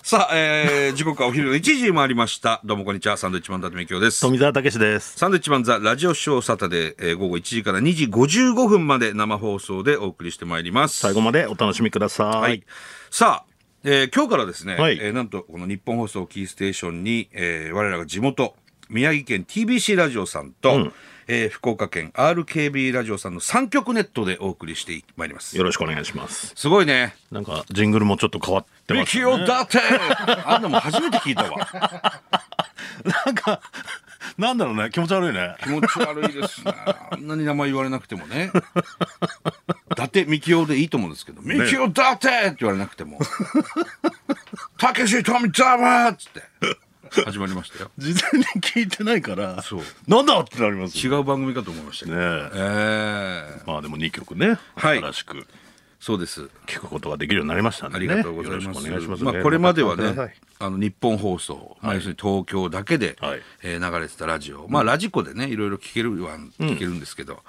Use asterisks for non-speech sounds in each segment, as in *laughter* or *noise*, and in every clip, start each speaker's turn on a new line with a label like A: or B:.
A: さあ、えー、時刻はお昼の1時回りました。どうもこんにちは。サンドウィッチマン伊達美京です。
B: 富澤たけしです。
A: サンドウィッチマンザラジオショーサタデー、えー、午後1時から2時55分まで生放送でお送りしてまいります。
B: 最後までお楽しみください。はい、
A: さあ、えー、今日からですね、はい、えー、なんとこの日本放送キーステーションに、えー、我らが地元、宮城県 TBC ラジオさんと、うん、えー、福岡県 RKB ラジオさんの3局ネットでお送りしてまいります
B: よろしくお願いします
A: すごいね
B: なんかジングルもちょっと変わってますね
A: ミだってあんなも初めて聞いたわ
B: なんか *laughs* なんだろうね気持ち悪いね
A: 気持ち悪いです *laughs* ねあんなに名前言われなくてもね伊達みきおでいいと思うんですけど「みきおだって!」って言われなくても「たけし富澤!」っつって *laughs* 始まりましたよ
B: 事前に聞いてないから
A: そう
B: なんだってなります
A: 違う番組かと思いましたねえ
B: ー、まあでも2曲ね新しく、はい、
A: そうです
B: 聞くことができるようになりましたんで、ね、
A: ありがとうございますお願いします、まあ、これまではねあの日本放送、まあ、要するに東京だけで、はい、えー、流れてたラジオ、まあラジコでねいろいろ聞けるは聞けるんですけど、うん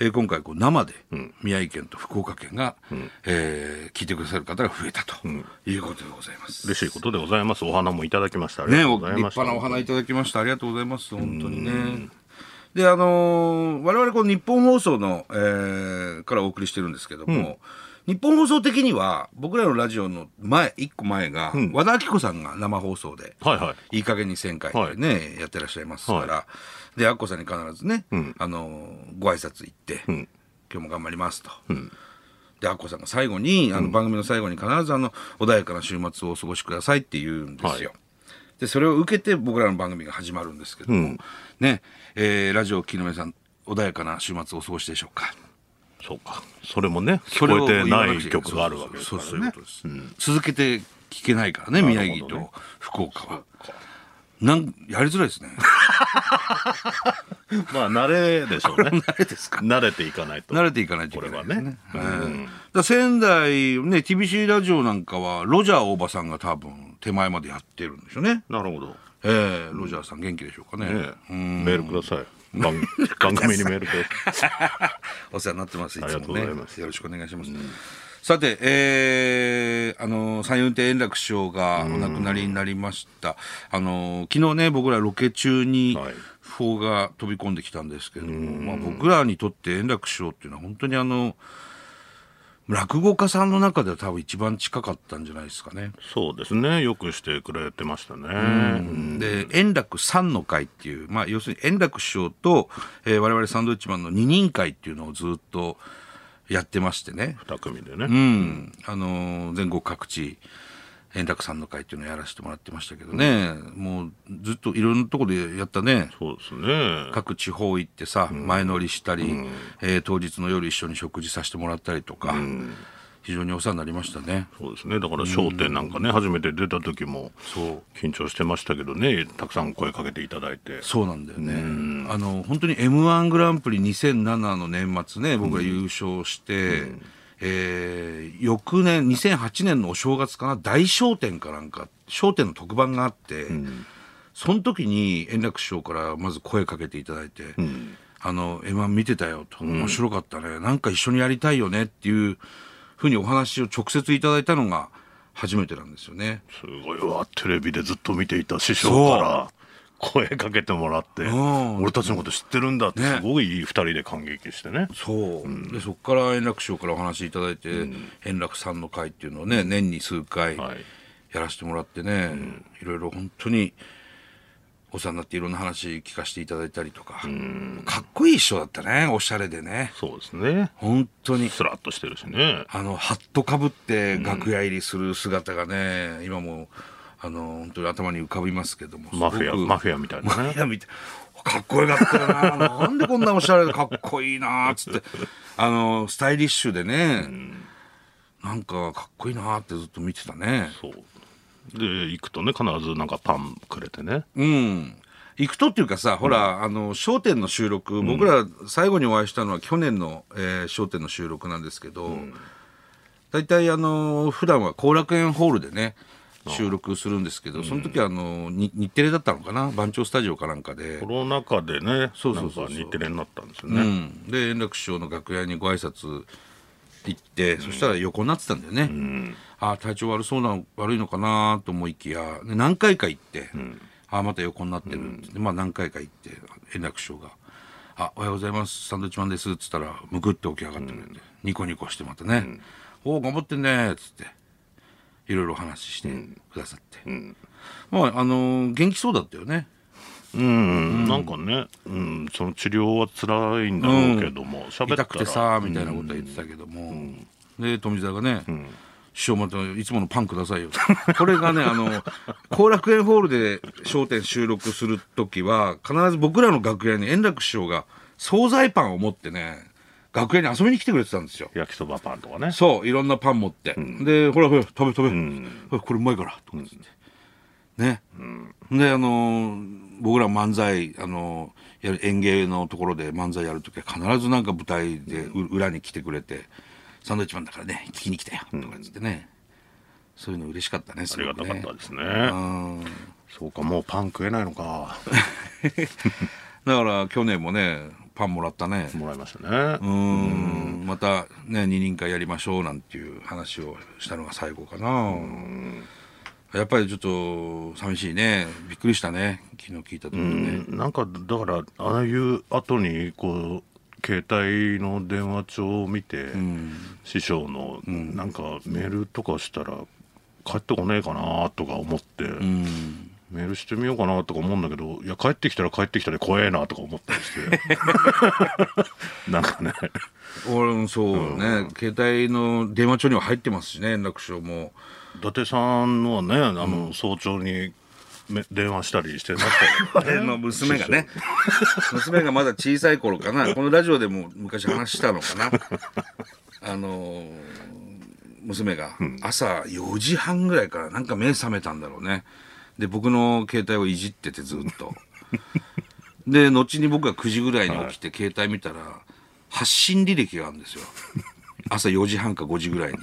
A: えー、今回こう生で宮城県と福岡県が、うん、えー、聞いてくださる方が増えたということでございます、
B: うん、嬉しいことでございますお花もいただきました
A: ね立派なお花いただきましたありがとうございます本当にねであのー、我々この日本放送の、えー、からお送りしてるんですけども、うん、日本放送的には僕らのラジオの前1個前が、うん、和田アキ子さんが生放送で「、
B: はいはい
A: いい加減に1000回」ね、はい、やってらっしゃいますから、はい、でアッコさんに必ずね、うん、あのー、ご挨拶行って、うん、今日も頑張ります」と。でアッコさんが最後にあの番組の最後に必ずあの穏やかな週末をお過ごしくださいって言うんですよ。はいでそれを受けて僕らの番組が始まるんですけども、うん、ねえー、ラジオ木の目さん穏やかな週末をお過ごしでしょうか
B: そうかそれもね聞こえてない曲があるわけですからね、ね
A: うん、続けて聞けないからね、ね、宮城と福岡は。なんやりづらいですね。 *laughs*
B: まあ慣れでしょう *laughs* ね。
A: 慣れですか。
B: 慣れていかないと。
A: 慣れていかないと、
B: いけない、ね、これはね。うん
A: だ仙台ね TBC ラジオなんかはロジャー大場さんが多分手前までやってるんでしょうね。
B: なるほど。
A: ええー、ロジャーさん元気でしょうかね。ね
B: うん、メールください。番組にメ *laughs* ールください。
A: お世話になってます。いつもね。よろしくお願いします。
B: うん
A: さて、えー、あの三遊亭円楽師匠がお亡くなりになりました、あの昨日ね、僕らロケ中に、はい、訃報が飛び込んできたんですけれども、まあ、僕らにとって円楽師匠っていうのは、本当にあの落語家さんの中では、多分一番近かったんじゃないですかね。
B: そうですね、よくしてくれてましたね。
A: で、円楽三の会っていう、まあ、要するに円楽師匠と、えー、我々サンドウィッチマンの二人会っていうのをずっと。やってましてね
B: 2組でね、
A: うん、あのー、全国各地円楽さんの会っていうのをやらせてもらってましたけどね、うん、もうずっといろんなとこでやったね
B: そうですね
A: 各地方行ってさ、うん、前乗りしたり、うん、えー、当日の夜一緒に食事させてもらったりとか。非常にお世話になりましたね。
B: そうですね。だから商店なんかね、うん、初めて出た時も緊張してましたけどね、たくさん声かけていただいて。
A: そうなんだよね。うん、あの本当に M1 グランプリ2007の年末ね、僕が優勝して。うん、えー、翌年2008年のお正月かな大商店かなんか商店の特番があって、うん、その時に円楽師匠からまず声かけていただいて「うん、あの M‐1 見てたよ」と「面白かったね、うん、なんか一緒にやりたいよね」っていうふうにお話を直接いただいたのが初めてなんですよね。
B: すごいわテレビでずっと見ていた師匠から声かけてもらって、俺たちのこと知ってるんだってすごいいい2人で感激してね。ね
A: そう、うん、でそこから円楽師匠からお話いただいて、うん、円楽さんの会っていうのをね年に数回やらせてもらってね、はい、うん、いろいろ本当に。お世話になっていろんな話聞かせていただいたりとかかっこいい人だったねおしゃれでね
B: そうですね
A: 本当に
B: スラッとしてるしね
A: あのハットかぶって楽屋入りする姿がね、今もあの本当に頭に浮かびますけども
B: マフィアマフィアみたいな、ね、
A: マフィアみたいかっこよかったな *laughs* なんでこんなおしゃれでかっこいいなっつってあのスタイリッシュでね、んなんかかっこいいなってずっと見てたね
B: そうで行くとね必ずなんかパンくれてね
A: うん行くとっていうかさ、うん、ほら、あの、焦点の収録、僕ら最後にお会いしたのは去年の、えー、焦点の収録なんですけど、うん、大体あの、普段は後楽園ホールでね、収録するんですけど、その時あの、日テレだったのかな番長スタジオかなんかで。、
B: コロナ禍でね、そうそうそう。日テレになったんですよね。うん
A: で、円楽師匠の楽屋にご挨拶行って、そしたら横になってたんだよね、あ体調悪そうな悪いのかなと思いきやで何回か行って、あまた横になってるって言ってまあ、何回か行って円楽師匠が「あおはようございますサンドウィッチマンです」っつったらむくって起き上がってくれて、ニコニコしてまたね「おお頑張ってんね」っつっていろいろお話ししてくださって、まああのー元気そうだったよね
B: うん、なんかね、うん、その治療は辛いんだろうけども、喋、ったら
A: 痛くてさみたいなことは言ってたけども、で富澤がね、師匠またいつものパンくださいよこれがねあ
B: *laughs*
A: の後楽園ホールで『笑点』収録する時は必ず僕らの楽屋に円楽師匠が惣菜パンを持ってね楽屋に遊びに来てくれてたんですよ
B: 焼きそばパンとかね。
A: そういろんなパン持って、でほらほら食べ食べ、ほらこれうまいからとかっつって、ね、であのー僕ら漫才あのーやる演芸のところで漫才やるときは必ずなんか舞台でう裏に来てくれて「サンドウィッチマンだからね聞きに来たよ」とかっつってね、そういうの嬉しかったねす
B: あり
A: ご
B: が
A: く
B: た
A: ね
B: かったですね。
A: うん
B: そうか、もうパン食えないのか。
A: だから去年もねパンもらったね
B: もらい
A: *laughs*
B: ましたね。
A: うんまたね二人会やりましょうなんていう話をしたのが最後かなやっぱりちょっと寂しいねびっくりしたね昨日聞いたときね
B: なんかだからああいう後にこう携帯の電話帳を見て、師匠のなんかメールとかしたら帰ってこねえかなとか思って、メールしてみようかなとか思うんだけどいや帰ってきたら帰ってきたで怖えなとか思 *laughs* ったりしてなんかね
A: 俺もそうね、携帯の電話帳には入ってますしね円楽師匠も
B: 伊達さんのはねあの早朝にめ電話したりしてまし
A: *laughs*
B: た *laughs* けど
A: の娘がね娘がまだ小さい頃かなこのラジオでも昔話したのかなあのー娘が朝4時半ぐらいからなんか目覚めたんだろうねで僕の携帯をいじっててずっ *laughs* とで後に僕が9時ぐらいに起きて携帯見たら、発信履歴があるんですよ朝4時半か5時ぐらいに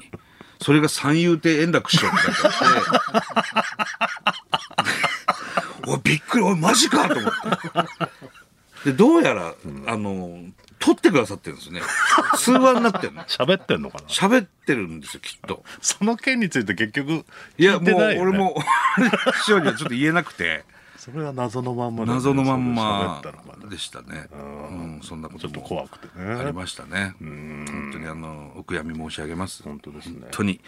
A: それが三遊亭円楽師匠って書いてあっておいびっくりおいマジかと思ってでどうやら、あの撮ってくださってるんですね通話になってるの
B: 喋ってんのかな
A: 喋ってるんですよきっと
B: *laughs* その件について結局
A: いや
B: 聞て
A: もう
B: ない
A: 俺
B: よね
A: も師匠にはちょっと言えなくて
B: それは謎のまんまだね
A: 謎のまんま
B: それで喋ったのがね
A: でしたねうんそんなこ
B: ちょ
A: と
B: っ
A: も
B: と怖くて
A: あり
B: ね
A: ましたね本当にあのお悔やみ申し上げます本
B: 本当ですね
A: 当に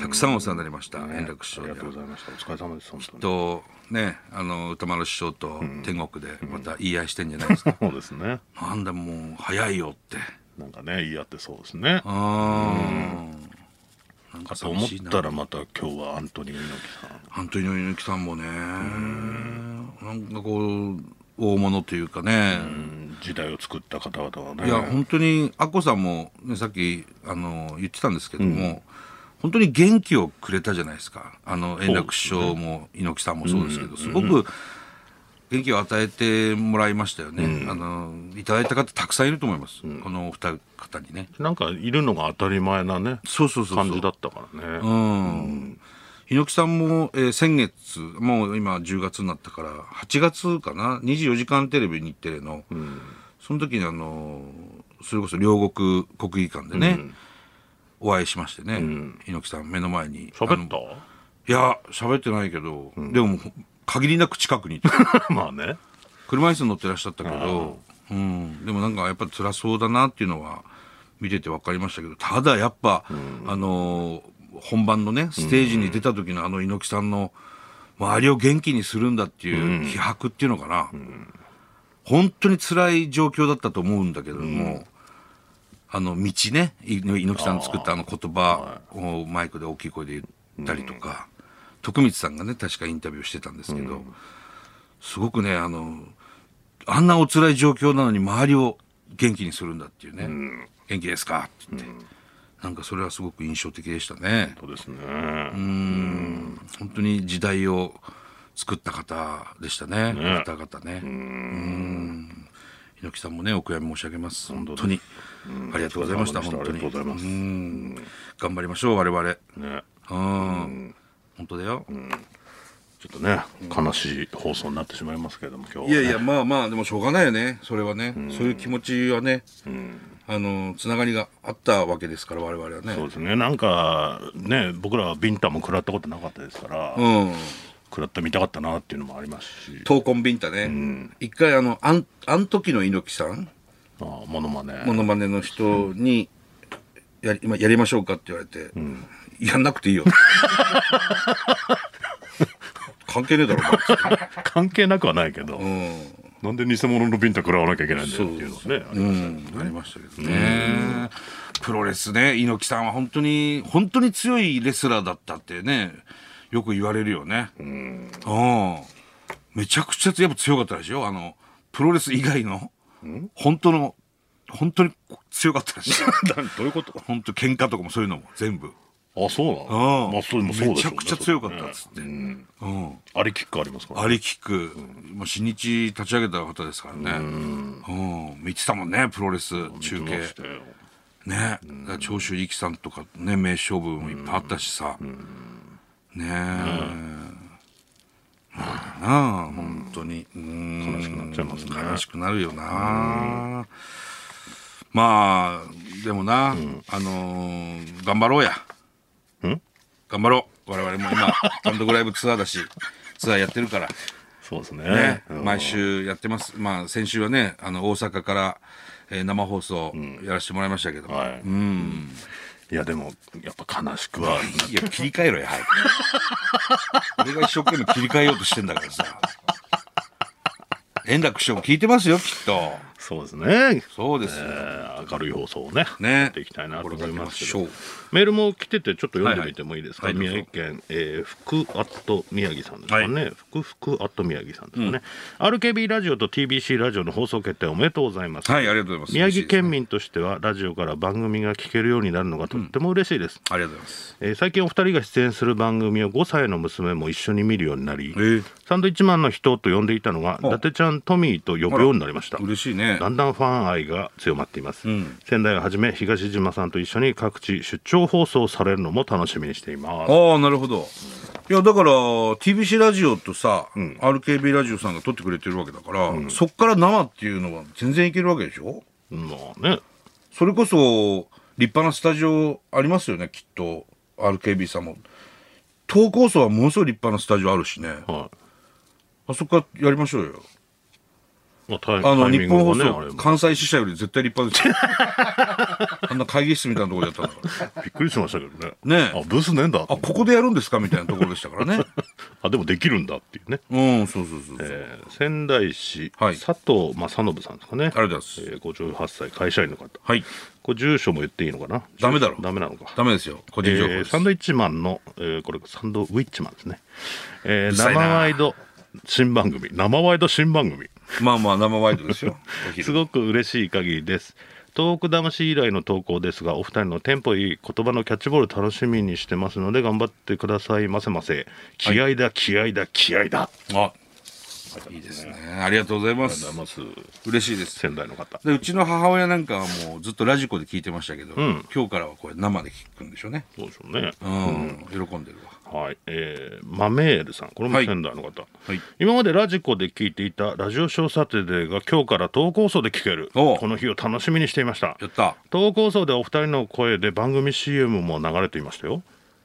A: たくさんお世話になりました円楽師
B: あ
A: 匠に
B: りが
A: は
B: とうございましたお疲れ様です本当に
A: とねあの歌丸師匠と天国でまた言い合いしてんじゃないですか
B: そうですね
A: なんだもう早いよって
B: なんかね言い合ってそうですね
A: ああなんか
B: かと思
A: 寂し
B: っ
A: いな
B: たらまた今日はアントニー猪木さん
A: アントニオ猪木さんもねなんかこう大物というかね
B: うん時代を作った方々はね
A: いや本当にアッコさんも、ね、さっきあの言ってたんですけども、本当に元気をくれたじゃないですかあの円楽師匠も猪木さんもそうですけどすごく元気を与えてもらいましたよね、あのいただいた方たくさんいると思います、このお二方にね
B: なんかいるのが当たり前なね
A: そうそうそうそう
B: 感じだったから
A: う
B: ね
A: ん猪木さんも、えー先月もう今10月になったから8月かな『24時間テレビ』日テレの、その時にあのーそれこそ両国国技館でね、お会いしましてね、猪木さん目の前にあ
B: 喋
A: の
B: った
A: いや喋ってないけど、でもほ限りなく近くにいた
B: *laughs* まあね
A: 車椅子に乗ってらっしゃったけど、うん、でもなんかやっぱ辛そうだなっていうのは見てて分かりましたけどただやっぱ、あのー本番のねステージに出た時のあの猪木さんの周りを元気にするんだっていう気迫っていうのかな、本当に辛い状況だったと思うんだけども、あの道ねい猪木さんの作ったあの言葉をマイクで大きい声で言ったりとか、徳光さんがね確かインタビューしてたんですけど、すごくねあのあんなお辛い状況なのに周りを元気にするんだっていうね、元気ですかって言って、なんかそれはすごく印象的でしたね
B: そうですね
A: 本当に時代を作った方でしたね
B: ね
A: 方々ねうん猪木さんもねお悔やみ申し上げます本当にありがとうございました
B: お疲れ
A: 本
B: 様
A: 当
B: で
A: に
B: したありがとうございます
A: うん頑張りましょう我々
B: ね
A: うん本当だよ
B: ちょっとね悲しい放送になってしまいますけれども今日
A: や
B: はいね
A: いやまあまあでもしょうがないよねそれはねそういう気持ちはねあのつながりがあったわけですから我々はね
B: そうですねなんかね僕らはビンタも食らったことなかったですから、
A: うん
B: 食らってみたかったなっていうのもありますし
A: 闘魂ビンタね、一回あのあんあん時の猪木さん
B: ああモノマネ
A: モノマネの人にやり,、まあ、やりましょうかって言われて、やんなくていいよ *laughs* 関係ねえだろ
B: 関係なくはないけど、
A: お前、うん
B: なんで偽物のビンタ食らわなきゃいけないんだよっていうのはねあり
A: う
B: ます
A: ん、ありましたけどね。プロレスね、猪木さんは本当に、本当に強いレスラーだったってね、よく言われるよね。うん。めちゃくちゃやっぱ強かったでしょあの、プロレス以外の、本当の、本当に強かったでしょ *laughs*
B: どういうこと
A: 本当喧嘩とかもそういうのも全部。
B: あそうな
A: う
B: の
A: ん。
B: まあそれもそうで
A: め
B: し
A: ちゃ
B: ょうね
A: くちゃ強かったっつって。うん。
B: ありきっかありますから
A: アリキック、もう新日立ち上げた方ですからね。うん。見てたもんね、プロレス中継。ね、だから長州力さんとかね名勝負もいっぱいあったしさ、ねえ、まあなあ本当に、うん
B: 悲しくなっちゃいますね
A: 悲しくなるよな、まあでもな、あのー頑張ろうや
B: ん
A: 頑張ろう我々も今 *laughs* 単独ライブツアーだしツアーやってるから
B: そうですね
A: ね、
B: うん
A: 毎週やってます、まあ、先週はねあの大阪から、えー生放送やらせてもらいましたけど、
B: はい、いやでもやっぱ悲しくは
A: いや、切り替えろよ、早く。 *laughs* 俺が一生懸命切り替えようとしてんだからさ。円楽師匠も聞いてますよ、きっと。
B: そうですね
A: そうです
B: え
A: よ。
B: ー明るい放送をね
A: ね
B: やっていきたいなと思いますけ
A: 心
B: ど
A: がけま
B: メールも来ててちょっと読んでみてもいいですか、
A: はいはいはい
B: 宮城県、えー、福アット宮城さんですかね、福福アット宮城さんですかね、RKB ラジオと TBC ラジオの放送決定おめでとうございます、
A: はい、ありがとうございます。
B: 宮城県民としてはラジオから番組が聞けるようになるのがとっても嬉しいです、
A: ありがとうございます。
B: えー最近お二人が出演する番組を5歳の娘も一緒に見るようになり、
A: ー
B: サンドイッチマンの人と呼んでいたのが伊達ちゃんトミーと呼ぶようになりました
A: 嬉しいね
B: だ。んだんファン愛が強まっています、
A: ん
B: 仙台をはじめ東島さんと一緒に各地出張放送されるのも楽しみにしています
A: ああ、なるほど。いや、だから、TBC ラジオとさ、RKB ラジオさんが撮ってくれてるわけだから、そっから生っていうのは全然いけるわけでしょ
B: まあね
A: それこそ立派なスタジオありますよねきっと RKB さんも東高層はものすごい立派なスタジオあるしね
B: はい
A: あそこからやりましょうよ
B: まあタイ
A: あの
B: タイミ
A: 日
B: ング
A: 本放
B: がねあれ
A: 送
B: も
A: 関西支社より絶対立派
B: *laughs*
A: ですよあんな会議室みたいなところでやったんだから
B: びっくりしましたけどね
A: ねえ
B: あブースねえんだ
A: あここでやるんですかみたいなところでしたからね
B: あでもできるんだっていうね、
A: うんそうそうそうそう、
B: えー仙台市、
A: はい
B: 佐藤正信さんですかね
A: ありがとうございます
B: えー58歳会社員の方
A: はい
B: これ住所も言っていいのかな
A: ダメだろ
B: ダメなのか
A: ダメですよ個
B: え
A: 人情報
B: ー
A: です、
B: サンドイッチマンの、えーこれサンドウィッチマンですね、えー
A: うるさいな
B: 生ワイド新番組生ワイド新番組
A: まあまあ生ワイドですよお
B: *laughs* す
A: 昼
B: ごく嬉しい限りです東北魂以来の投稿ですがお二人のテンポいい言葉のキャッチボール楽しみにしてますので頑張ってくださいませませ気合だ、気合だ気合だ
A: あいいですねありがとうございます
B: ありがとうございます
A: 嬉しいです
B: 仙台の方
A: でうちの母親なんかはもうずっとラジコで聞いてましたけど、
B: ん
A: 今日からはこれ生で聞くんでしょうね
B: どうでしょうね
A: うん、喜んでるわ
B: はい、えー、マメールさん、これも
A: はい
B: 仙台の方、
A: はい
B: 今までラジコで聞いていたラジオショーサテデーが今日から投稿層で聞ける、
A: お
B: こ
A: う
B: の日を楽しみにしていました。
A: やった
B: 投稿層でお二人の声で番組 CM も流れていましたよ。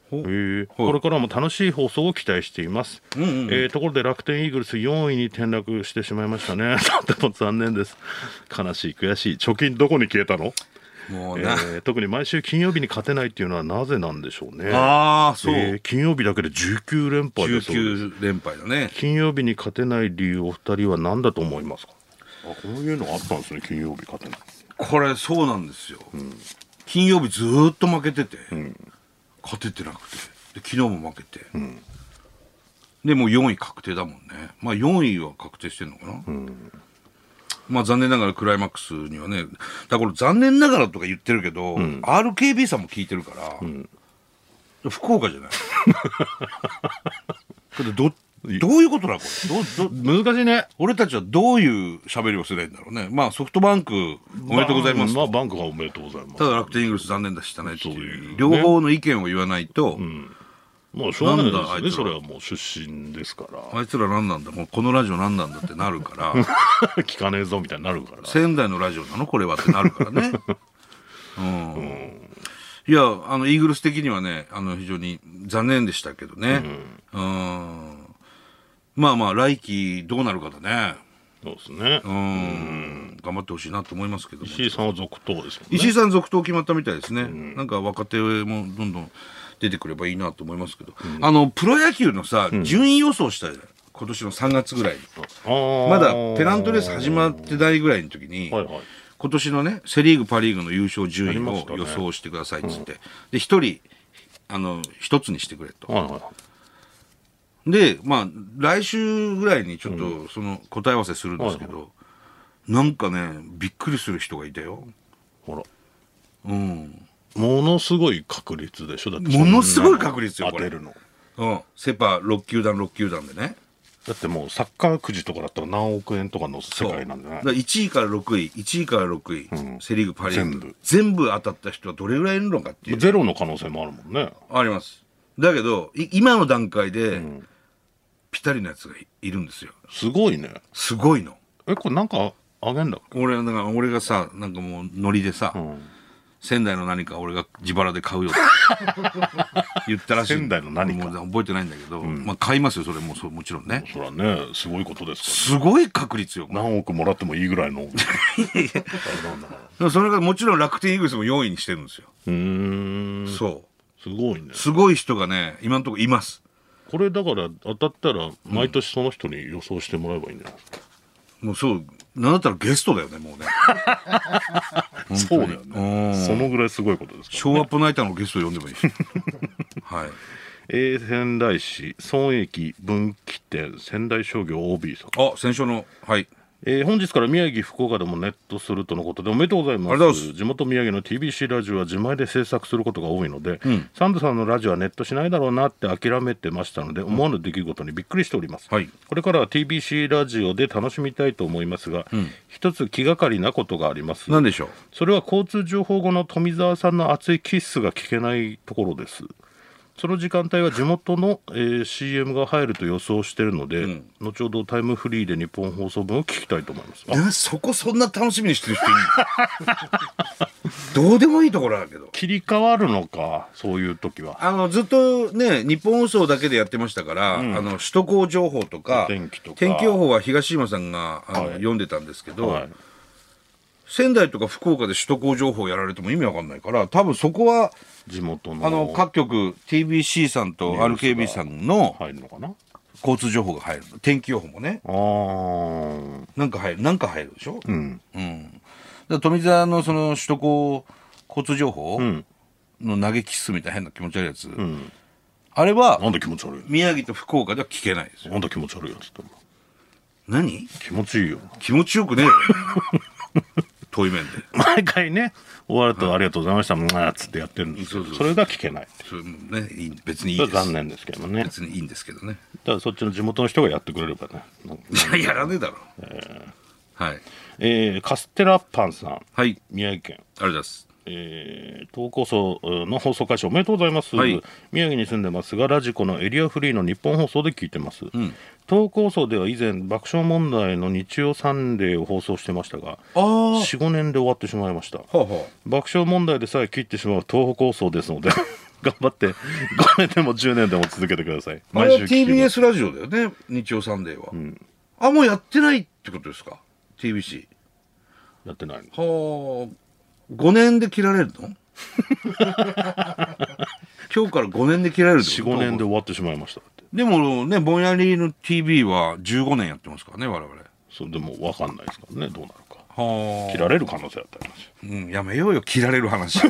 A: ほ
B: へーこれからも楽しい放送を期待しています、えーところで楽天イーグルス4位に転落してしまいましたね *laughs* とても残念です悲しい悔しい貯金どこに消えたの、
A: もう
B: え
A: な、
B: ー特に毎週金曜日に勝てないっていうのはなぜなんでしょうね
A: ああそう、
B: えー金曜日だけで19連敗だそうです
A: 19連敗だね
B: 金曜日に勝てない理由お二人は何だと思いますかあこういうのあったんですね金曜日勝てない
A: これそうなんですよ、金曜日ずーっと負けてて、勝ててなくてで昨日も負けて、でもう4位確定だもんねまあ4位は確定してんのかな、まあ残念ながらクライマックスにはねだからこれ残念ながらとか言ってるけど、RKB さんも聞いてるから、福岡じゃないこれどどういうことだこれどうどう
B: 難しいね
A: 俺たちはどういう喋りをすればいいんだろうね。まあソフトバンクおめでとうございます。
B: まあバンクがおめでとうございます
A: ただ楽天イーグルス残念だしたねっていう
B: そ
A: 両
B: う
A: 方の意見を言わないと、
B: もうしょうがないで
A: なんだあ
B: す
A: い
B: ね
A: つら
B: それはもう出身ですから
A: あいつら何なんだもうこのラジオ何なんだってなるから *laughs*
B: *laughs* 聞かねえぞみたいになるから
A: 仙台のラジオなのこれはってなるからねうんいやあのイーグルス的にはねあの非常に残念でしたけどね、うん、まあまあ来季どうなるかだね、
B: そうですね、
A: うん、頑張ってほしいなと思いますけども
B: 石井さんは続投ですもんね
A: 石井さん続投決まったみたいですね、なんか若手もどんどん出てくればいいなと思いますけど、あのプロ野球のさ、順位予想したじゃん今年の3月ぐらいに
B: あー
A: まだペナントレース始まってないぐらいの時に、
B: はいはい
A: 今年のねセ・リーグパ・リーグの優勝順
B: あり
A: 位
B: ました
A: を
B: ね
A: 予想してくださいっつって、で一人あの一つにしてくれと
B: はいはい
A: でまあ来週ぐらいにちょっとその答え合わせするんですけど、なんかねびっくりする人がいたよ
B: ほら
A: うん、
B: ものすごい確率でしょだって
A: ものすごい確率よ
B: 当てるの
A: うん、セ・パ6球団6球団でね
B: だってもうサッカーくじとかだったら何億円とかの世界なんじゃない
A: だから1位から6位1位から6位、
B: ん
A: セ・リーグパ・リーグ
B: 全部
A: 全部当たった人はどれぐらいいるのかっていう
B: ゼロの可能性もあるもんね
A: ありますだけどい今の段階で、ピタリのやつがいいるんですよ
B: すごいね
A: すごいの
B: えこれなんかあげんだっ
A: 俺だから俺がさなんかもうノリでさ、
B: け、うん、
A: 仙台の何か俺が自腹で買
B: *laughs*
A: うよって言ったらしい
B: 仙台の何か
A: もう覚えてないんだけど、まあ買いますよそれもそうもちろんね
B: そらねすごいことですか
A: すごい確率よ
B: ら何億もらってもいいぐらいのあれなんだから
A: でもそれがもちろん楽天イーグルスも4位にしてるんですよ、
B: うーん
A: そう
B: すごいね
A: すごい人がね今のところいます
B: これだから当たったら毎年その人に予想してもらえばいいんじゃないですか、
A: もうそうなんだったらゲストだよねもうね
B: そうだよ
A: う
B: ねそのぐらいすごいことですから
A: 昭和ポナイターのゲスト呼んでもいい *laughs* しはい
B: えー仙台市損益分岐点仙台商業 OB さん、
A: あ先週のはい
B: えー本日から宮城福岡でもネットするとのことでおめでとうございま
A: あ
B: す
A: りがとうございま
B: 地元宮城の TBC ラジオは自前で制作することが多いので、サンドさんのラジオはネットしないだろうなって諦めてましたので思わぬ出来事にびっくりしております、
A: はい
B: これからは TBC ラジオで楽しみたいと思いますが、一つ気がかりなことがあります
A: 何でしょう
B: それは交通情報後の富澤さんの熱いキッスが聞けないところですその時間帯は地元の、えー CM が入ると予想しているので、後ほどタイムフリーで日本放送分を聞きたいと思いますあ
A: えそこそんな楽しみにしてる人いる *laughs* のどうでもいいところだけど
B: 切り替わるのかそういう時は
A: あのずっとね日本放送だけでやってましたから、あの首都高情報とか
B: 天気とか
A: 天気予報は東島さんがあの、
B: はい
A: 読んでたんですけど、
B: はい
A: 仙台とか福岡で首都高情報やられても意味わかんないから多分そこは
B: 地元の
A: あの各局 TBC さんと RKB さんの
B: 入るのかな
A: 交通情報が入る天気予報もね
B: あー
A: なんか入るなんか入るでしょ、
B: うん
A: だから富澤のその首都高交通情報
B: ん
A: の投げキッスみたいな変な気持ち悪いやつ、
B: ん
A: あれは
B: なんで気持ち悪い
A: 宮城と福岡では聞けないですよ
B: なんだ気持ち悪いやつって
A: 何
B: 気持ちいいよ
A: 気持ちよ
B: *laughs*
A: くねえよ遠い面で
B: 毎回ね終わるとありがとうございました、うん、っつってやってるんですけど
A: そうそう
B: それが聞けない
A: それもねいい別にいい
B: そ
A: で
B: れ
A: す
B: は残念ですけどね
A: 別にいいんですけどね
B: ただそっちの地元の人がやってくれればね。なんか
A: いややらねえだろ、はい
B: えーカステラパンさん、
A: はいありがとう
B: 宮城県。
A: ございます
B: えー、投稿層の放送開始おめでとうございます、
A: はい
B: 宮城に住んでますがラジコのエリアフリーの日本放送で聞いてます、投稿層では以前爆笑問題の日曜サンデーを放送してましたが
A: ああ
B: 45年で終わってしまいました
A: ほうほ
B: 爆笑問題でさえ切ってしまう東北放送ですので *laughs* 頑張って5年でも10年でも続けてくださいう
A: あれは
B: 聞きます
A: TBS ラジオだよね日曜サンデーは、あもうやってないってことですか TBC
B: やってないの
A: はあ5年で切られる *laughs* の今日から5年で切られるってこと
B: 45年で終わってしまいましたって
A: でもねぼんやりの TV は15年やってますからね我々
B: そうでも分かんないですからねどうなるか
A: は
B: 切られる可能性だったりますよ
A: うん、やめようよ切られる *laughs* 話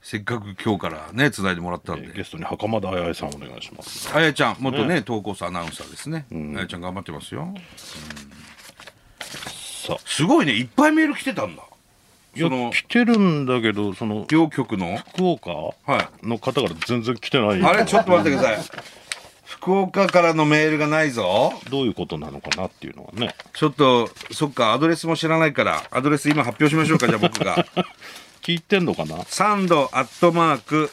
A: せっかく今日からね繋いでもらったん
B: えー
A: で
B: ゲストに袴田彩さんお願いします
A: あやちゃん元ね投稿者アナウンサーですね、あやちゃん頑張ってますよ
B: さあ
A: すごいねいっぱいメール来てたんだ
B: いや
A: その
B: 来てるんだけどその
A: 両局の
B: 福岡
A: はい
B: の方から全然来てない
A: あれちょっと待ってください福岡からのメールがないぞ
B: どういうことなのかなっていうのはね
A: ちょっとそっかアドレスも知らないからアドレス今発表しましょうかじゃあ僕が *laughs*
B: 聞いてんのかな
A: サンドアットマーク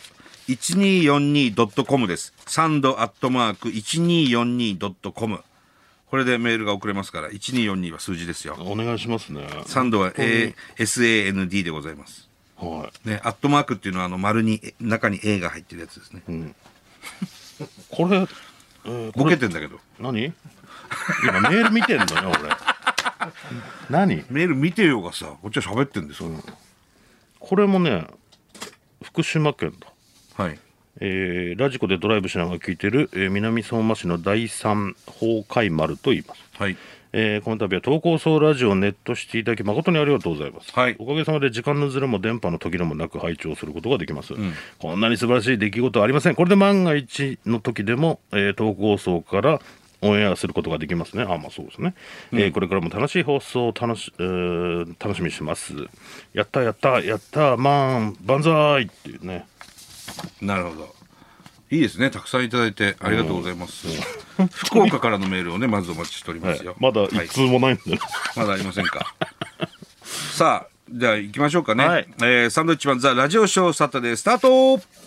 A: 1242.com ですサンドアットマーク 1242.com これでメールが送れますから1242は数字ですよ
B: お願いしますね
A: サンドは、A、SAND でございます
B: は
A: ね、アットマークっていうのはあの丸にえ中に A が入ってるやつですね
B: い、うん、これ、えーこ
A: ボ
B: れ
A: ケてんだけど
B: 何今メール見てんのよ俺何
A: メール見てよがさこっちは喋ってんですよ、
B: これもね福島県だ
A: はい
B: えーラジコでドライブしながら聞いてる、えー南相馬市の第三崩壊丸と言います、
A: はい
B: えーこの度は投稿層ラジオをネットしていただき誠にありがとうございます、
A: はい
B: おかげさまで時間のずれも電波の途切れもなく拝聴することができます、こんなに素晴らしい出来事はありませんこれで万が一の時でも、えー投稿層からオンエアすることができますね。あ、まあそうですね。えーこれからも楽しい放送を楽し、えー楽しみにしてます。やったやったやったマン万歳っていうね。
A: なるほどいいですねたくさんいただいてありがとうございます、福岡からのメールをねまずお待ちしており
B: は
A: ま
B: い
A: すよ、、
B: まだ
A: は
B: 一
A: い
B: 通もないんだね。
A: まだありません
B: *laughs*
A: か。さあ、じゃあ行きましょうかね。
B: はい
A: えーサンドイッチマンザラジオショーサタデースタート